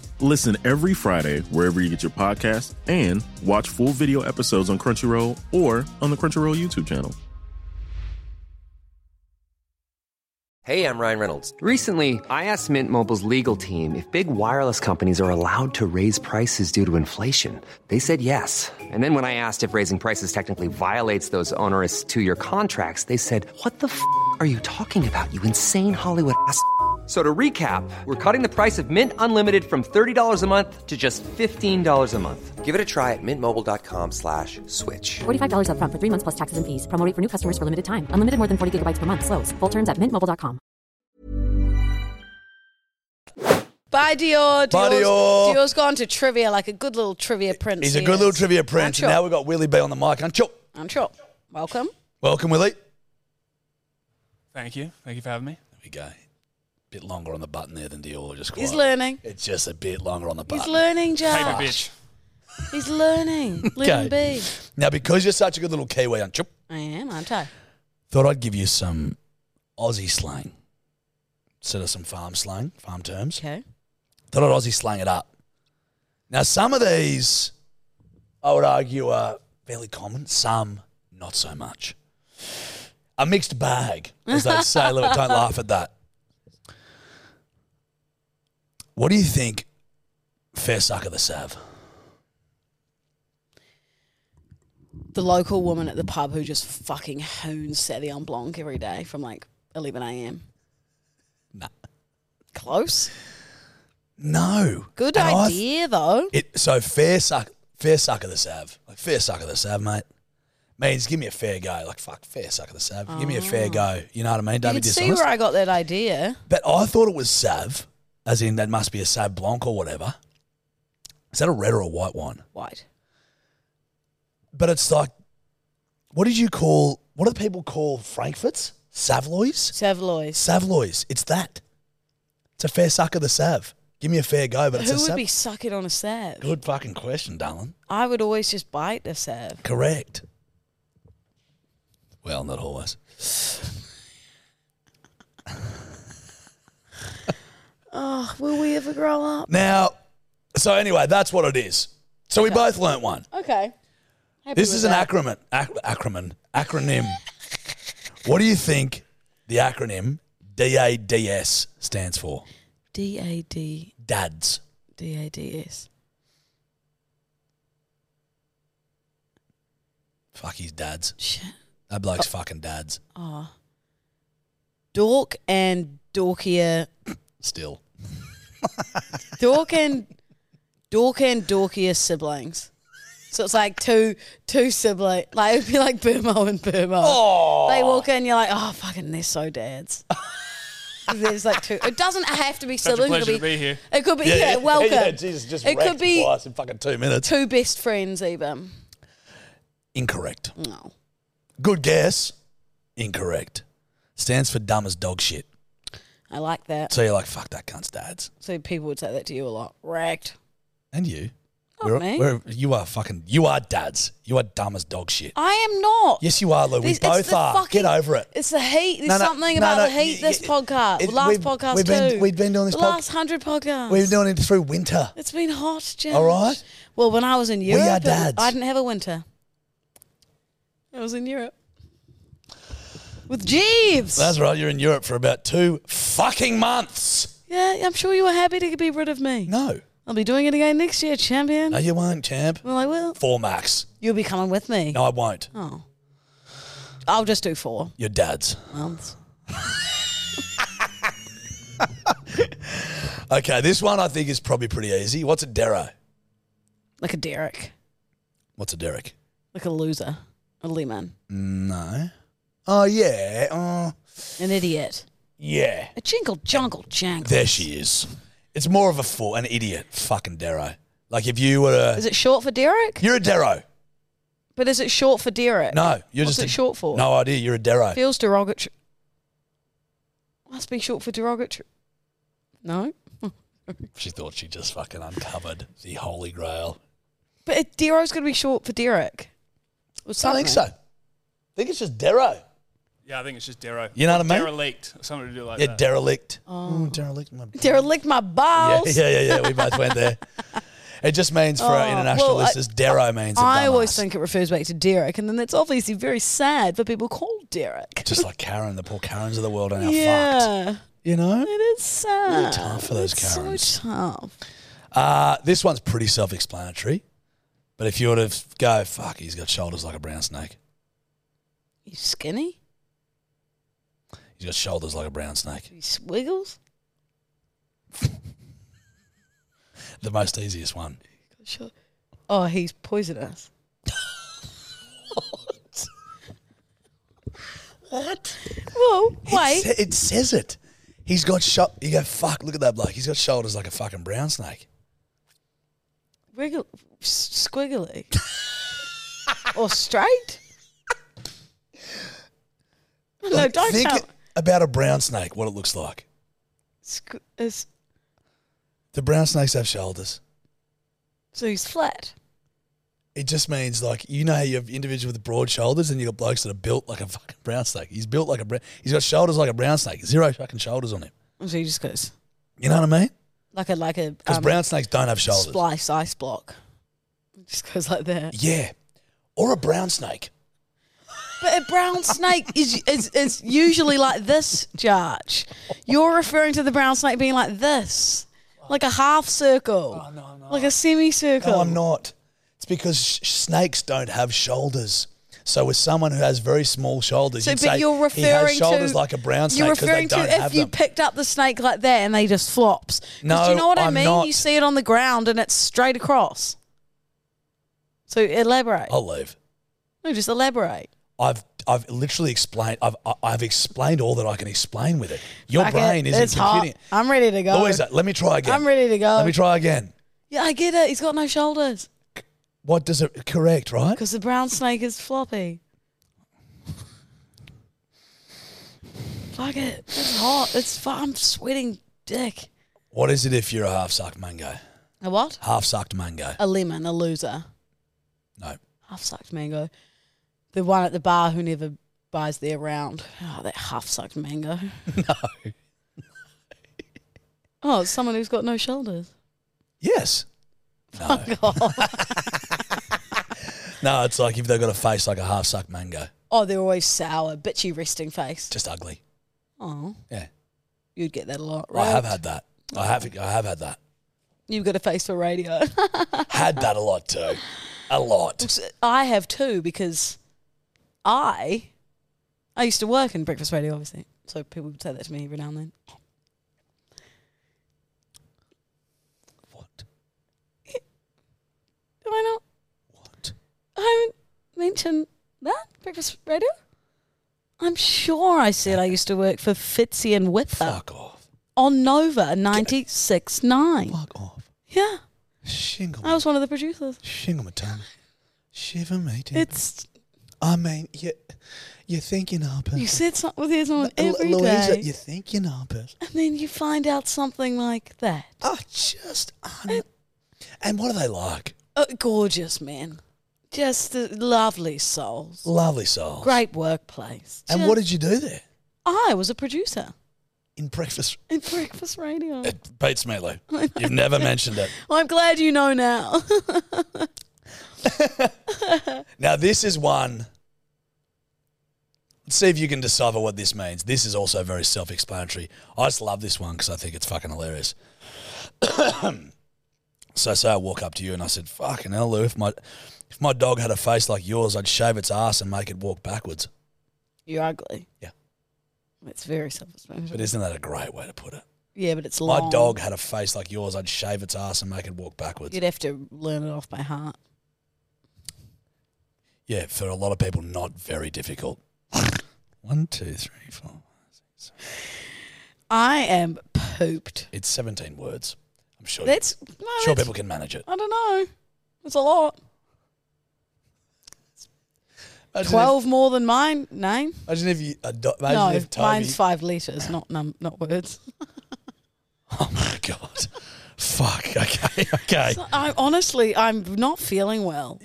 Listen every Friday wherever you get your podcast and watch full video episodes on Crunchyroll or on the Crunchyroll YouTube channel. Hey, I'm Ryan Reynolds. Recently, I asked Mint Mobile's legal team if big wireless companies are allowed to raise prices due to inflation. They said yes. And then when I asked if raising prices technically violates those onerous two year contracts, they said, What the f are you talking about, you insane Hollywood ass? f- a-" So to recap, we're cutting the price of Mint Unlimited from $30 a month to just $15 a month. Give it a try at mintmobile.com slash switch. $45 up front for three months plus taxes and fees. Promo rate for new customers for limited time. Unlimited more than 40 gigabytes per month. Slows. Full terms at mintmobile.com. [LAUGHS] Bye, Dior. Dior's, Bye, Dior. has gone to trivia like a good little trivia prince. He's a he good little is. trivia prince. Aren't And now you? we've got Willie B on the mic. Unchop. Aren't you? Welcome. Welcome, Willie. Thank you. Thank you for having me. There we go. Bit longer on the button there than Dior. Just He's quietly. learning. It's just a bit longer on the button. He's learning, Paper Josh. bitch. He's [LAUGHS] learning. Let him be. Now, because you're such a good little Kiwi, aren't you? I am, aren't I? Thought I'd give you some Aussie slang instead of some farm slang, farm terms. Okay. Thought I'd Aussie slang it up. Now, some of these I would argue are fairly common, some not so much. A mixed bag, as they say. [LAUGHS] Look, don't laugh at that. What do you think, fair sucker the Sav? The local woman at the pub who just fucking hoons Savion Blanc every day from like 11 a.m. Nah. Close. No. Good And I idea, though. It so fair suck, fair suck of the Sav, like fair suck of the Sav, mate. Means give me a fair go, like fuck, fair suck of the Sav. Give me a fair go. You know what I mean? Don't Oh. you be can see dishonest. where I got that idea. but I thought it was Sav, as in that must be a Sav Blanc or whatever. Is that a red or a white wine? White. But it's like, what did you call? What do people call Frankfurts? Savloys. Savloys. Savloys. It's that. It's a fair suck of the Sav. Give me a fair go, but it's Who a would Sav. be sucking on a sav? Good fucking question, darling. I would always just bite a sav. Correct. Well, not always. Oh, will we ever grow up? Now, so anyway, that's what it is. So we both learnt one. Okay. Happy This with is an that. acronym. Ac- acronym. Acronym. what do you think the acronym DADS stands for? D A D Dads. D A D S. Fuck, he's dads. Shit. That bloke's fucking dads. Oh. Dork and dorkier. Still. Dork and dork and dorkier siblings. So it's like two two siblings. Like it'd be like Burmo and Burmo. Oh. They walk in, you're like, oh fucking, they're so dads. There's like two. It doesn't have to be Such a siblings. pleasure it to could be, be here. It could be yeah, welcome. Yeah, Jesus, just it could be twice in fucking two minutes. two best friends even. Incorrect. No. Good guess. Incorrect. Stands for dumb as dog shit. I like that. So you're like, fuck that cunt's dads. So people would say that to you a lot. Wrecked. And you. Not me. you are fucking, you are dads. You are dumb as dog shit. I am not. Yes, you are, Lou. This- we it's both the are. fucking- Get over it. It's the heat. There's No, no, something no, about no, the heat. y- This y- podcast, it- last we've- podcast we've been- too. we've been doing this the pod- last hundred podcasts. We're doing it through winter. It's been hot, James. All right. Well, when I was in Europe, are it- dads. I didn't have a winter. I was in Europe with Jeeves. That's right. You're in Europe for about two fucking months. yeah, I'm sure you were happy to be rid of me. No. I'll be doing it again next year, champion. No, you won't, champ. well, I will. Four max. You'll be coming with me. No, I won't. Oh, I'll just do four Your dad's. months. Okay, this one I think is probably pretty easy. What's a Darrow? Like a Derek, What's a Derek? like a loser, a lemon, No. Oh, yeah. Oh, an idiot, yeah. a jingle, jungle, jangle. There she is. It's more of a fool, an idiot, fucking Darrow. Like if you were Is a, it short for Derek? you're a Darrow. But is it short for Derek? No, you're What's just it a, short for? No idea. You're a Darrow. Feels derogatory. Must be short for derogatory. No. [LAUGHS] She thought she just fucking uncovered the holy grail. But it- Dero's going to be short for Derek. Or I something. think so. I think it's just Darrow. Yeah, I think it's just Darrow. You know what I mean? Derelict. Something to do like yeah, that. derelict. Oh, derelict. My Dero licked my yeah, balls. [LAUGHS] yeah, yeah, yeah. We both went there. It just means for our Oh, international well, I- listeners, Darrow means. a I always dumbass. think it refers back to Derek, and then that's obviously very sad for people called Derek. just like Karen, the poor Karens of the world are now fucked. yeah. You know. It is sad. Really tough for those It's Karens. So tough. Uh, this one's pretty self-explanatory, but if you were to go, fuck, he's got shoulders like a brown snake. You skinny? He's got shoulders like a brown snake. You swiggles? The most easiest one. Sure. Oh, he's poisonous. What? Well, It, wait. sa- it says it. He's got shot. You go, fuck, look at that bloke. He's got shoulders like a fucking brown snake. Wriggle, s- squiggly. or straight? No, Like, don't think tell. about a brown snake, what it looks like. Squ- is, The brown snakes have shoulders. so he's flat. It just means like you know how you have individuals with broad shoulders, and you got blokes that are built like a fucking brown snake. He's built like a brown. He's got shoulders like a brown snake. Zero fucking shoulders on him. So he just goes You know what I mean? like a like a um, Because brown snakes don't have shoulders. Splice ice block. Just goes like that. Yeah, or a brown snake. But a brown snake is, is is usually like this, Jarch. You're referring to the brown snake being like this, like a half Oh, circle, like a semicircle. No, I'm not. It's because sh- snakes don't have shoulders. So with someone who has very small shoulders, So, you'd but say you're he referring has shoulders to like a brown snake You're because they referring don't to have if you them. picked up the snake like that and they just flops. 'Cause No, do you know what I'm I mean? not. You see it on the ground and it's straight across. So elaborate. I'll leave. No, just elaborate. I've I've literally explained. I've I- I've explained all that I can explain with it. Your Fuck it, brain isn't it's hot. computing. I'm ready to go. Louisa, let me try again. I'm ready to go. Let me try again. Yeah, I get it. He's got no shoulders What does it correct? Right? because the brown snake is floppy. Fuck it. It's hot. It's fu- I'm sweating dick. What is it if you're a half sucked mango? A what? Half sucked mango. A lemon, a loser. No. Half sucked mango. The one at the bar who never buys their round. Oh, that half sucked [LAUGHS] mango. No. Oh, it's someone who's got no shoulders. Yes. No. Fuck off. [LAUGHS] No. It's like if they've got a face like a half sucked mango, oh, they're always sour, bitchy resting face. just ugly. Oh, Yeah. you'd get that a lot, right? I have had that. I have I have had that. You've got a face for radio. Had that a lot too. A lot. [LAUGHS] I have too because I I used to work in breakfast radio, obviously. So people would say that to me every now and then. What? Do I not? What? I haven't mentioned that breakfast radio. I'm sure I said I used to work for Fitzy and Whipper. Fuck off. On Nova ninety six nine. Fuck off. Yeah. Shingle. I was one of the producers. Shingle my tongue. Shiver me. down. It's I mean, you, you're thinking up. You said something with his on every day, Louisa, you think you're not, [LAUGHS] but and then you find out something like that. Oh, just un- and what are they like? uh, gorgeous man, just uh, lovely souls, Lovely souls. great workplace. And Just- what did you do there I was a producer in breakfast? in [LAUGHS] breakfast radio. Beats [LAUGHS] me, Lou. You've never mentioned it. Well, I'm glad you know now. [LAUGHS] Now this is one. Let's see if you can decipher what this means. This is also very self-explanatory. I just love this one because I think it's fucking hilarious. [COUGHS] so say I walk up to you and I said, "Fucking hell, Lou, if my if my dog had a face like yours, I'd shave its ass and make it walk backwards." You're ugly. Yeah. it's very self-explanatory. But isn't that a great way to put it? Yeah, but it's my long. dog had a face like yours, I'd shave its ass and make it walk backwards. You'd have to learn it off by heart. Yeah, for a lot of people, not very difficult. [LAUGHS] One, two, three, four. I am pooped. It's seventeen words. I'm sure. That's no, sure that's- people can manage it. I don't know. It's a lot. Imagine if- Twelve more than mine name. Imagine if you ado- imagine no, if Toby, mine's five letters, not num- not [LAUGHS] words. Oh God, fuck. Okay, okay. So I honestly, I'm not feeling well.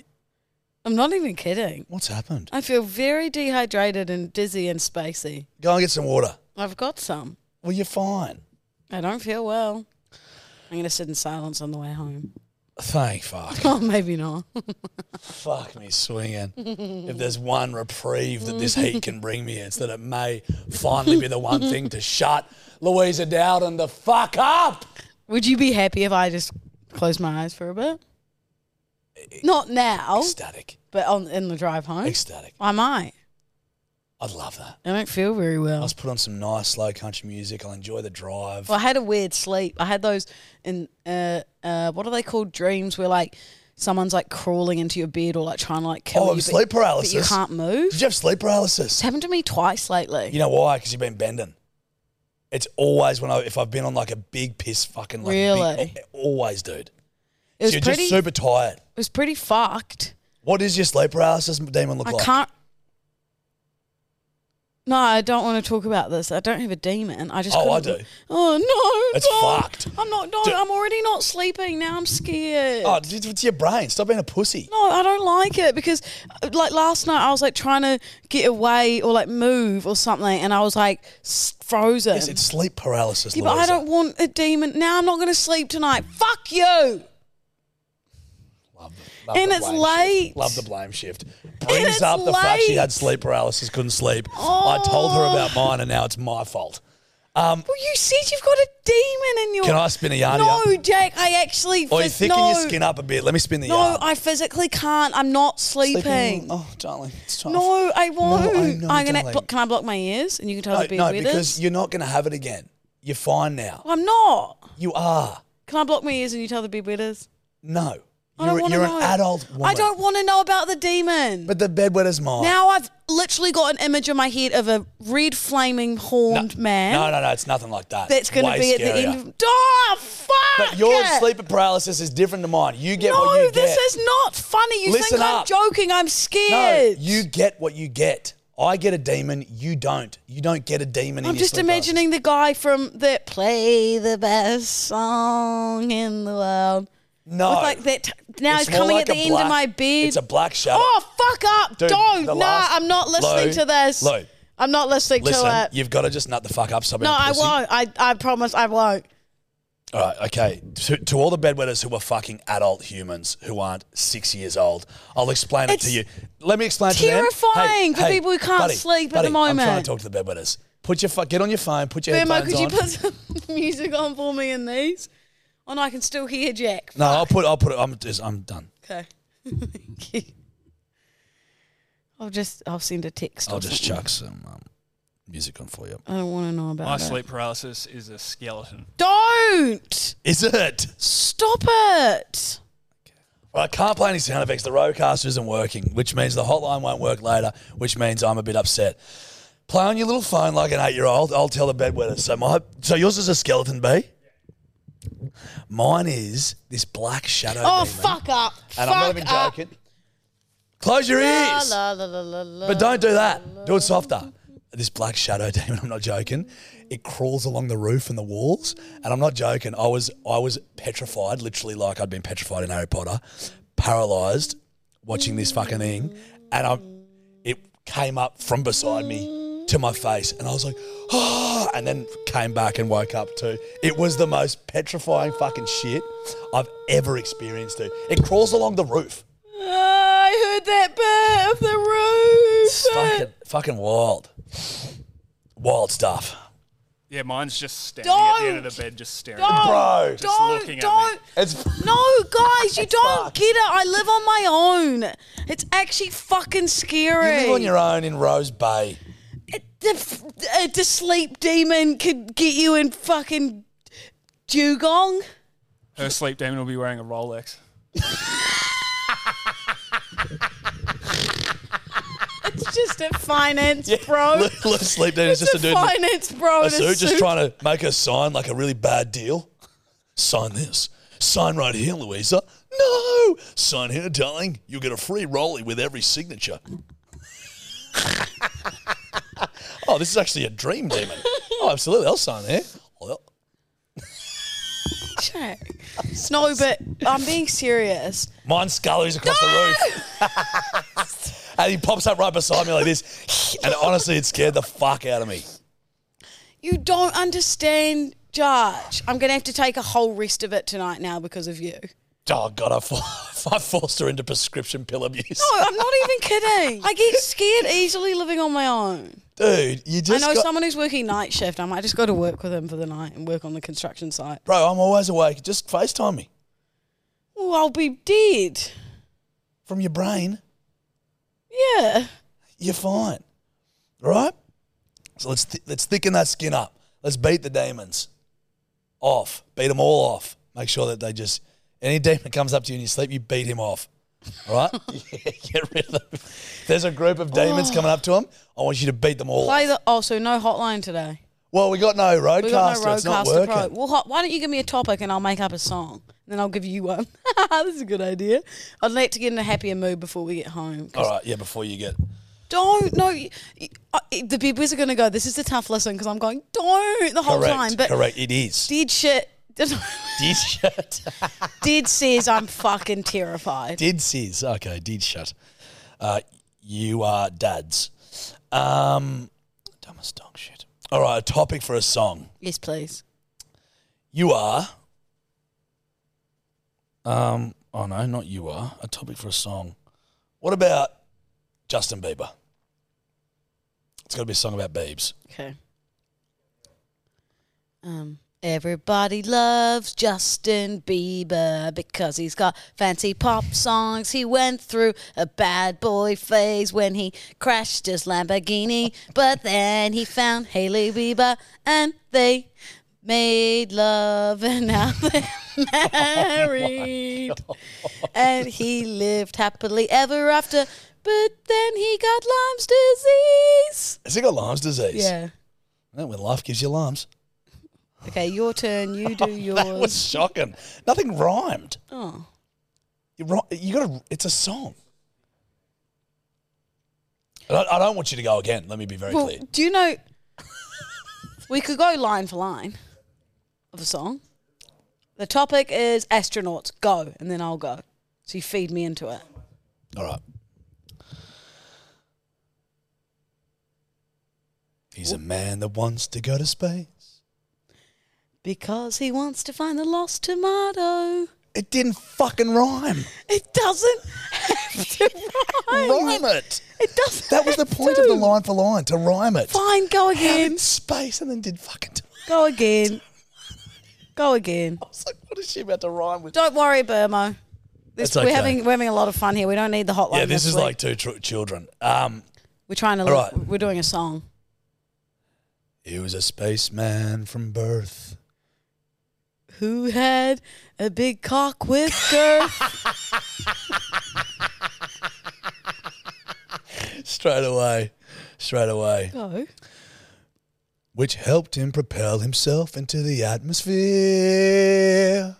I'm not even kidding. What's happened? I feel very dehydrated and dizzy and spacey. Go and get some water. I've got some. Well, you're fine. I don't feel well. I'm gonna sit in silence on the way home. [LAUGHS] Thank fuck. Oh, maybe not. [LAUGHS] fuck me swinging. if there's one reprieve that this heat can bring me, it's that it may finally be the one thing to shut Louisa Dowden the fuck up. Would you be happy if I just closed my eyes for a bit? Eh, Not now, Ecstatic. but on in the drive home. Ecstatic. I might. I'd love that. I don't feel very well. I'll just put on some nice slow country music. I'll enjoy the drive. Well, I had a weird sleep. I had those in uh, uh, what are they called? Dreams where like someone's like crawling into your bed or like trying to like kill Oh, you. I'm but- sleep But you paralysis. can't move. Did you have sleep paralysis? It's happened to me twice lately. You know why? Because you've been bending. It's always when I if I've been on like a big piss fucking like big- Oh, Really? always, dude. it was so you're pretty. just super tired. it was pretty fucked. What does your sleep paralysis demon look I like? can't. No, I don't want to talk about this. I don't have a demon. I just. Oh, I couldn't- do. Oh no! It's don't. fucked. I'm not. No, Dude. I'm already not sleeping now. I'm scared. Oh, it's it's your brain. Stop being a pussy. No, I don't like it because, uh, like last night, I was like trying to get away or like move or something, and I was like s- frozen. Yes, it's sleep paralysis. yeah, but I Louisa. don't want a demon. Now I'm not going to sleep tonight. Fuck you. Love and the it's blame late. shift. Love the [LAUGHS] blame shift. Brings it's up the fact she late. Oh. had sleep paralysis, couldn't sleep. I told her about mine, and now it's my fault. Um, Well, you said you've got a demon in your. Can I spin a yarn No, here? Oh, Jack. I actually. or you phys- thicken no, your skin up a bit. Let me spin the No, yarn. I physically can't. I'm not sleeping. Oh, darling, it's time. No, I won't. I I know, am gonna. darling. blo- can I block my ears? And you can tell No, the beard no, where it because is? you're not going to have it again. You're fine now. Well, Oh, I'm not. You are. Can I block my ears and you tell the beard where it is? No. I don't You're, want to you're know. an adult woman. I don't want to know about the demon. But the bedwetter's mine. Now I've literally got an image in my head of a red flaming horned man. No, no, no. It's nothing like that. That's going Way to be at the scarier. end. of... Oh, fuck! But your it. sleep paralysis is different to mine. You get No, what you get. this is not funny. You Listen think I'm up. joking? I'm No, scared. you get what you get. I get a demon, you don't. You don't get a demon in I'm your just sleep imagining the guy from the play the best song in the world. paralysis. No. With like that. t- now It's he's more coming at like a the end black- of my bed. It's a black shadow. oh fuck up! Dude, Don't. the No, last- I'm not listening Lou, to this. Lou. I'm not listening Listen, to it. you've got to just nut the fuck up something. No, I won't. I I promise I won't. All right, okay. To, to all the bedwetters who are fucking adult humans who aren't six years old, I'll explain it It's to you. Let me explain it to them. terrifying for people who can't buddy, sleep at buddy, the I'm trying moment. to talk to the bedwetters. Put your fu- get on your phone. Put your Burmo, headphones could you on. put some [LAUGHS] music on for me in these? Oh, no, I can still hear Jack. no, I'll put. I'll put it. I'm. Just, I'm done. Okay. [LAUGHS] Thank you. I'll just I'll send a text. I'll or just something. chuck some um, music on for you. I don't want to know about My it. sleep paralysis is a skeleton. Don't Is it? stop it. Well, I can't play any sound effects. The roadcaster isn't working, which means the hotline won't work later, which means I'm a bit upset. Play on your little phone like an eight-year-old. I'll tell the bedwetter. So my, so yours is a skeleton bee. Mine is this black shadow. Oh demon. fuck up. And fuck uh, I'm not even up. joking. Close your La, ears. la, la, la, la, la. But don't do that. Do it softer. This black shadow [LAUGHS] demon, I'm not joking. It crawls along the roof and the walls, and I'm not joking. I was I was petrified, literally like I'd been petrified in Harry Potter, paralyzed, watching this fucking thing, and I it came up from beside me to my face, and I was like, oh, and then came back and woke up too. It was the most petrifying fucking shit I've ever experienced. Dude. It crawls along the roof. I heard that bit of the roof. It's fucking, fucking wild. Wild stuff. Yeah, mine's just standing at the end of the bed, just staring. Don't, Bro. Just don't, looking at don't. me. It's No, [LAUGHS] guys, you don't fucked. get it. I live on my own. It's actually fucking you scary. live on your own in Rose Bay. It- the, f- uh, the sleep demon could get you in fucking dugong. Her sleep demon will be wearing a Rolex. It's just [LAUGHS] a finance bro. Look, look, sleep down. It's, It's just a a dude in finance bro. a in suit, just suit. trying to make her sign like a really bad deal. Sign this. Sign right here, Louisa. No, sign here, darling. You'll get a free rollie with every signature. [LAUGHS] oh, this is actually a dream demon. Oh, absolutely. I'll sign there. Well, [LAUGHS] Jack. No, but I'm being serious. Mine scurries across the roof. [LAUGHS] and he pops up right beside me like this. And honestly, it scared the fuck out of me. You don't understand, Judge. I'm going to have to take a whole rest of it tonight now because of you. Oh, God, I, for- [LAUGHS] I forced her into prescription pill abuse. No, I'm not even kidding. I get scared easily living on my own. Dude, you just. I know got- someone who's working night shift. I might just go to work with him for the night and work on the construction site. Bro, I'm always awake. Just FaceTime me Well, I'll be dead. from your brain. Yeah. You're fine. All right? So let's, th- let's thicken that skin up. Let's beat the demons off. Beat them all off. Make sure that they just. Any demon comes up to you in your sleep, you beat him off. All right? [LAUGHS] [LAUGHS] Yeah, Get rid of them. If there's a group of demons coming up to him, I want you to beat them all. Oh. Play the. Oh, so no hotline today. Well, we got no roadcaster. We got no it's not roadcaster working. pro. Well, hot, why don't you give me a topic and I'll make up a song, then I'll give you one. [LAUGHS] this is a good idea. I'd like to get in a happier mood before we get home. 'cause All right, yeah, before you get Don't no. y- y- uh, The bibbies are going to go. This is the tough lesson because I'm going. Don't the whole correct, time. But correct. [LAUGHS] It is. did shit. Did shut. did says I'm fucking terrified. Did says. Okay, did shut. Uh, you are dads. Um, dumbest dog shit. All right, a topic for a song. Yes, please. You are. Um. Oh no, not you are. A topic for a song. What about Justin Bieber? It's got to be a song about babes. Okay. Um, everybody loves Justin Bieber because he's got fancy pop songs. He went through a bad boy phase when he crashed his Lamborghini, but then he found Haley Bieber and they made love and now [LAUGHS] they're married. and he lived happily ever after, but then he got Lyme's disease. Has he got Lyme's disease? Yeah. And when life gives you Lyme's. [LAUGHS] Okay, your turn. You do yours. Oh, That was shocking. Nothing rhymed. Oh. You ri- you got to. It's a song. And I, I don't want you to go again. Let me be very Well, clear. do you know? we could go line for line of a song. The topic is astronauts. Go, and then I'll go. So you feed me into it. All right. He's a man that wants to go to space. Because he wants to find the lost tomato. It didn't fucking rhyme. It doesn't have to rhyme. Rhyme it. It doesn't. That was the point of the line for line to rhyme it. Fine, go Out again. in space and then did fucking. [LAUGHS] T- Go again. Go again. I was like, what is she about to rhyme with? Don't worry, Burmo. This, It's okay. We're having we're having a lot of fun here. We don't need the hotline. yeah, this is week. like two tr- children. Um, we're trying to. All right. We're doing a song. he was a spaceman from birth. who had a big cock [LAUGHS] with girth. Straight away, straight away. Go. Which helped him propel himself into the atmosphere.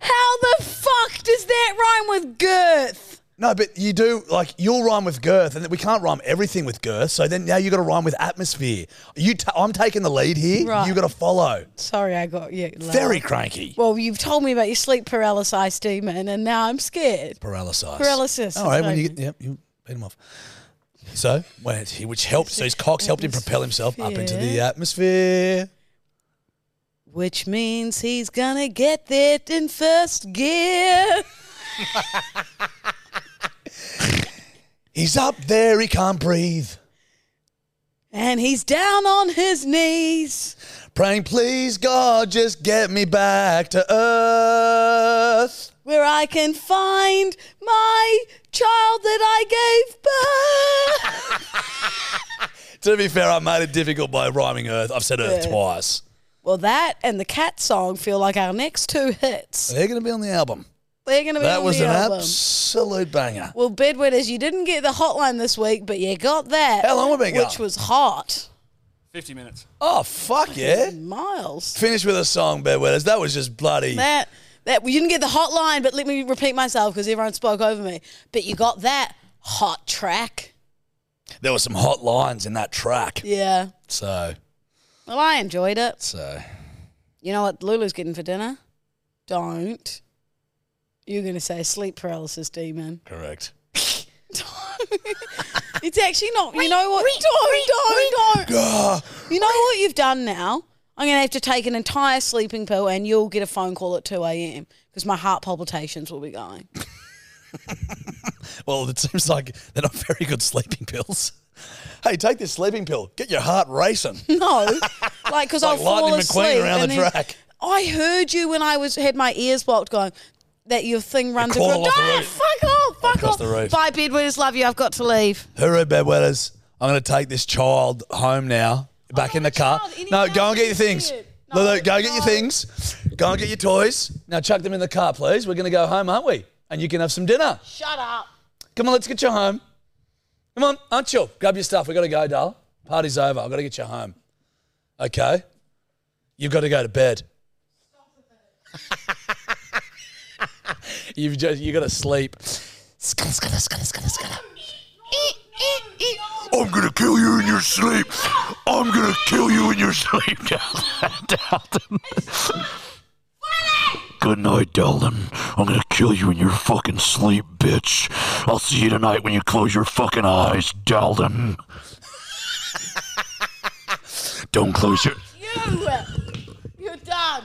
How the fuck does that rhyme with girth? No, but you do like you'll rhyme with girth, and we can't rhyme everything with girth. So then now you got to rhyme with atmosphere. You, ta I'm taking the lead here. Right. You got to follow. Sorry, I got you. Lara. Very cranky. Well, you've told me about your sleep paralysis demon, and now I'm scared. Paralysis. Paralysis, All right. When you okay. yep, you beat him off. So when it, which helped, [LAUGHS] so his cocks helped him propel himself up into the Atmosphere. atmosphere. Which means he's gonna get there in first gear. He's up there. He can't breathe. And he's down on his knees. Praying, please God, just get me back to earth. Where I can find my child that I gave [LAUGHS] birth. To be fair, I made it difficult by rhyming Earth. I've said Earth Yeah. twice. well, that and the cat song feel like our next two hits. They're going to be on the album. They're gonna be That on was the an album. absolute banger. Well, bedwetters, you didn't get the hotline this week, but you got that. How long we been Which going? was hot. 50 minutes. Oh, fuck yeah. Miles. Finish with a song, Bedwetters. That was just bloody. That that well, you didn't get the hotline, but let me repeat myself because everyone spoke over me. But you got that hot track. There were some hot lines in that track. Yeah. So, Well, I enjoyed it. so. You know what Lulu's getting for dinner? Don't. You're gonna say sleep paralysis demon. Correct. It's actually not. You know what? Don't, don't, don't. Gah. You know what you've done now? I'm going to have to take an entire sleeping pill and you'll get a phone call at 2 a.m. because my heart palpitations will be going. [LAUGHS] Well, it seems like they're not [LAUGHS] very good sleeping pills. Hey, take this sleeping pill. Get your heart racing. No. like, because It's like I'll fall Lightning asleep. McQueen around and the then- track. I heard you when I was had my ears blocked going, that your thing runs call across. off the Ah, roof. fuck off, fuck Across off. the roof. Bye, bedwetters. Love you. I've got to leave. Hooray, bedwetters. I'm going to take this child home now. Back in the car. Oh, child, any No, child go and get your is things. weird. No, No, no, go and get your no. things. Go and get your toys. Now chuck them in the car, please. We're going to go home, aren't we? And you can have some dinner. Shut up. Come on, let's get you home. Come on, aren't you? Grab your stuff. We've got to go, doll. Party's over. I've got to get you home. Okay? You've got to go to bed. [LAUGHS] You've just you got to sleep. Scudder, scudder, scudder, scudder, scudder. I'm gonna kill you in your sleep. I'm gonna kill you in your sleep, [LAUGHS] Dalton. Good night, Dalton. I'm gonna kill you in your fucking sleep, bitch. I'll see you tonight when you close your fucking eyes, Dalton. [LAUGHS] Don't close your. You! You're done.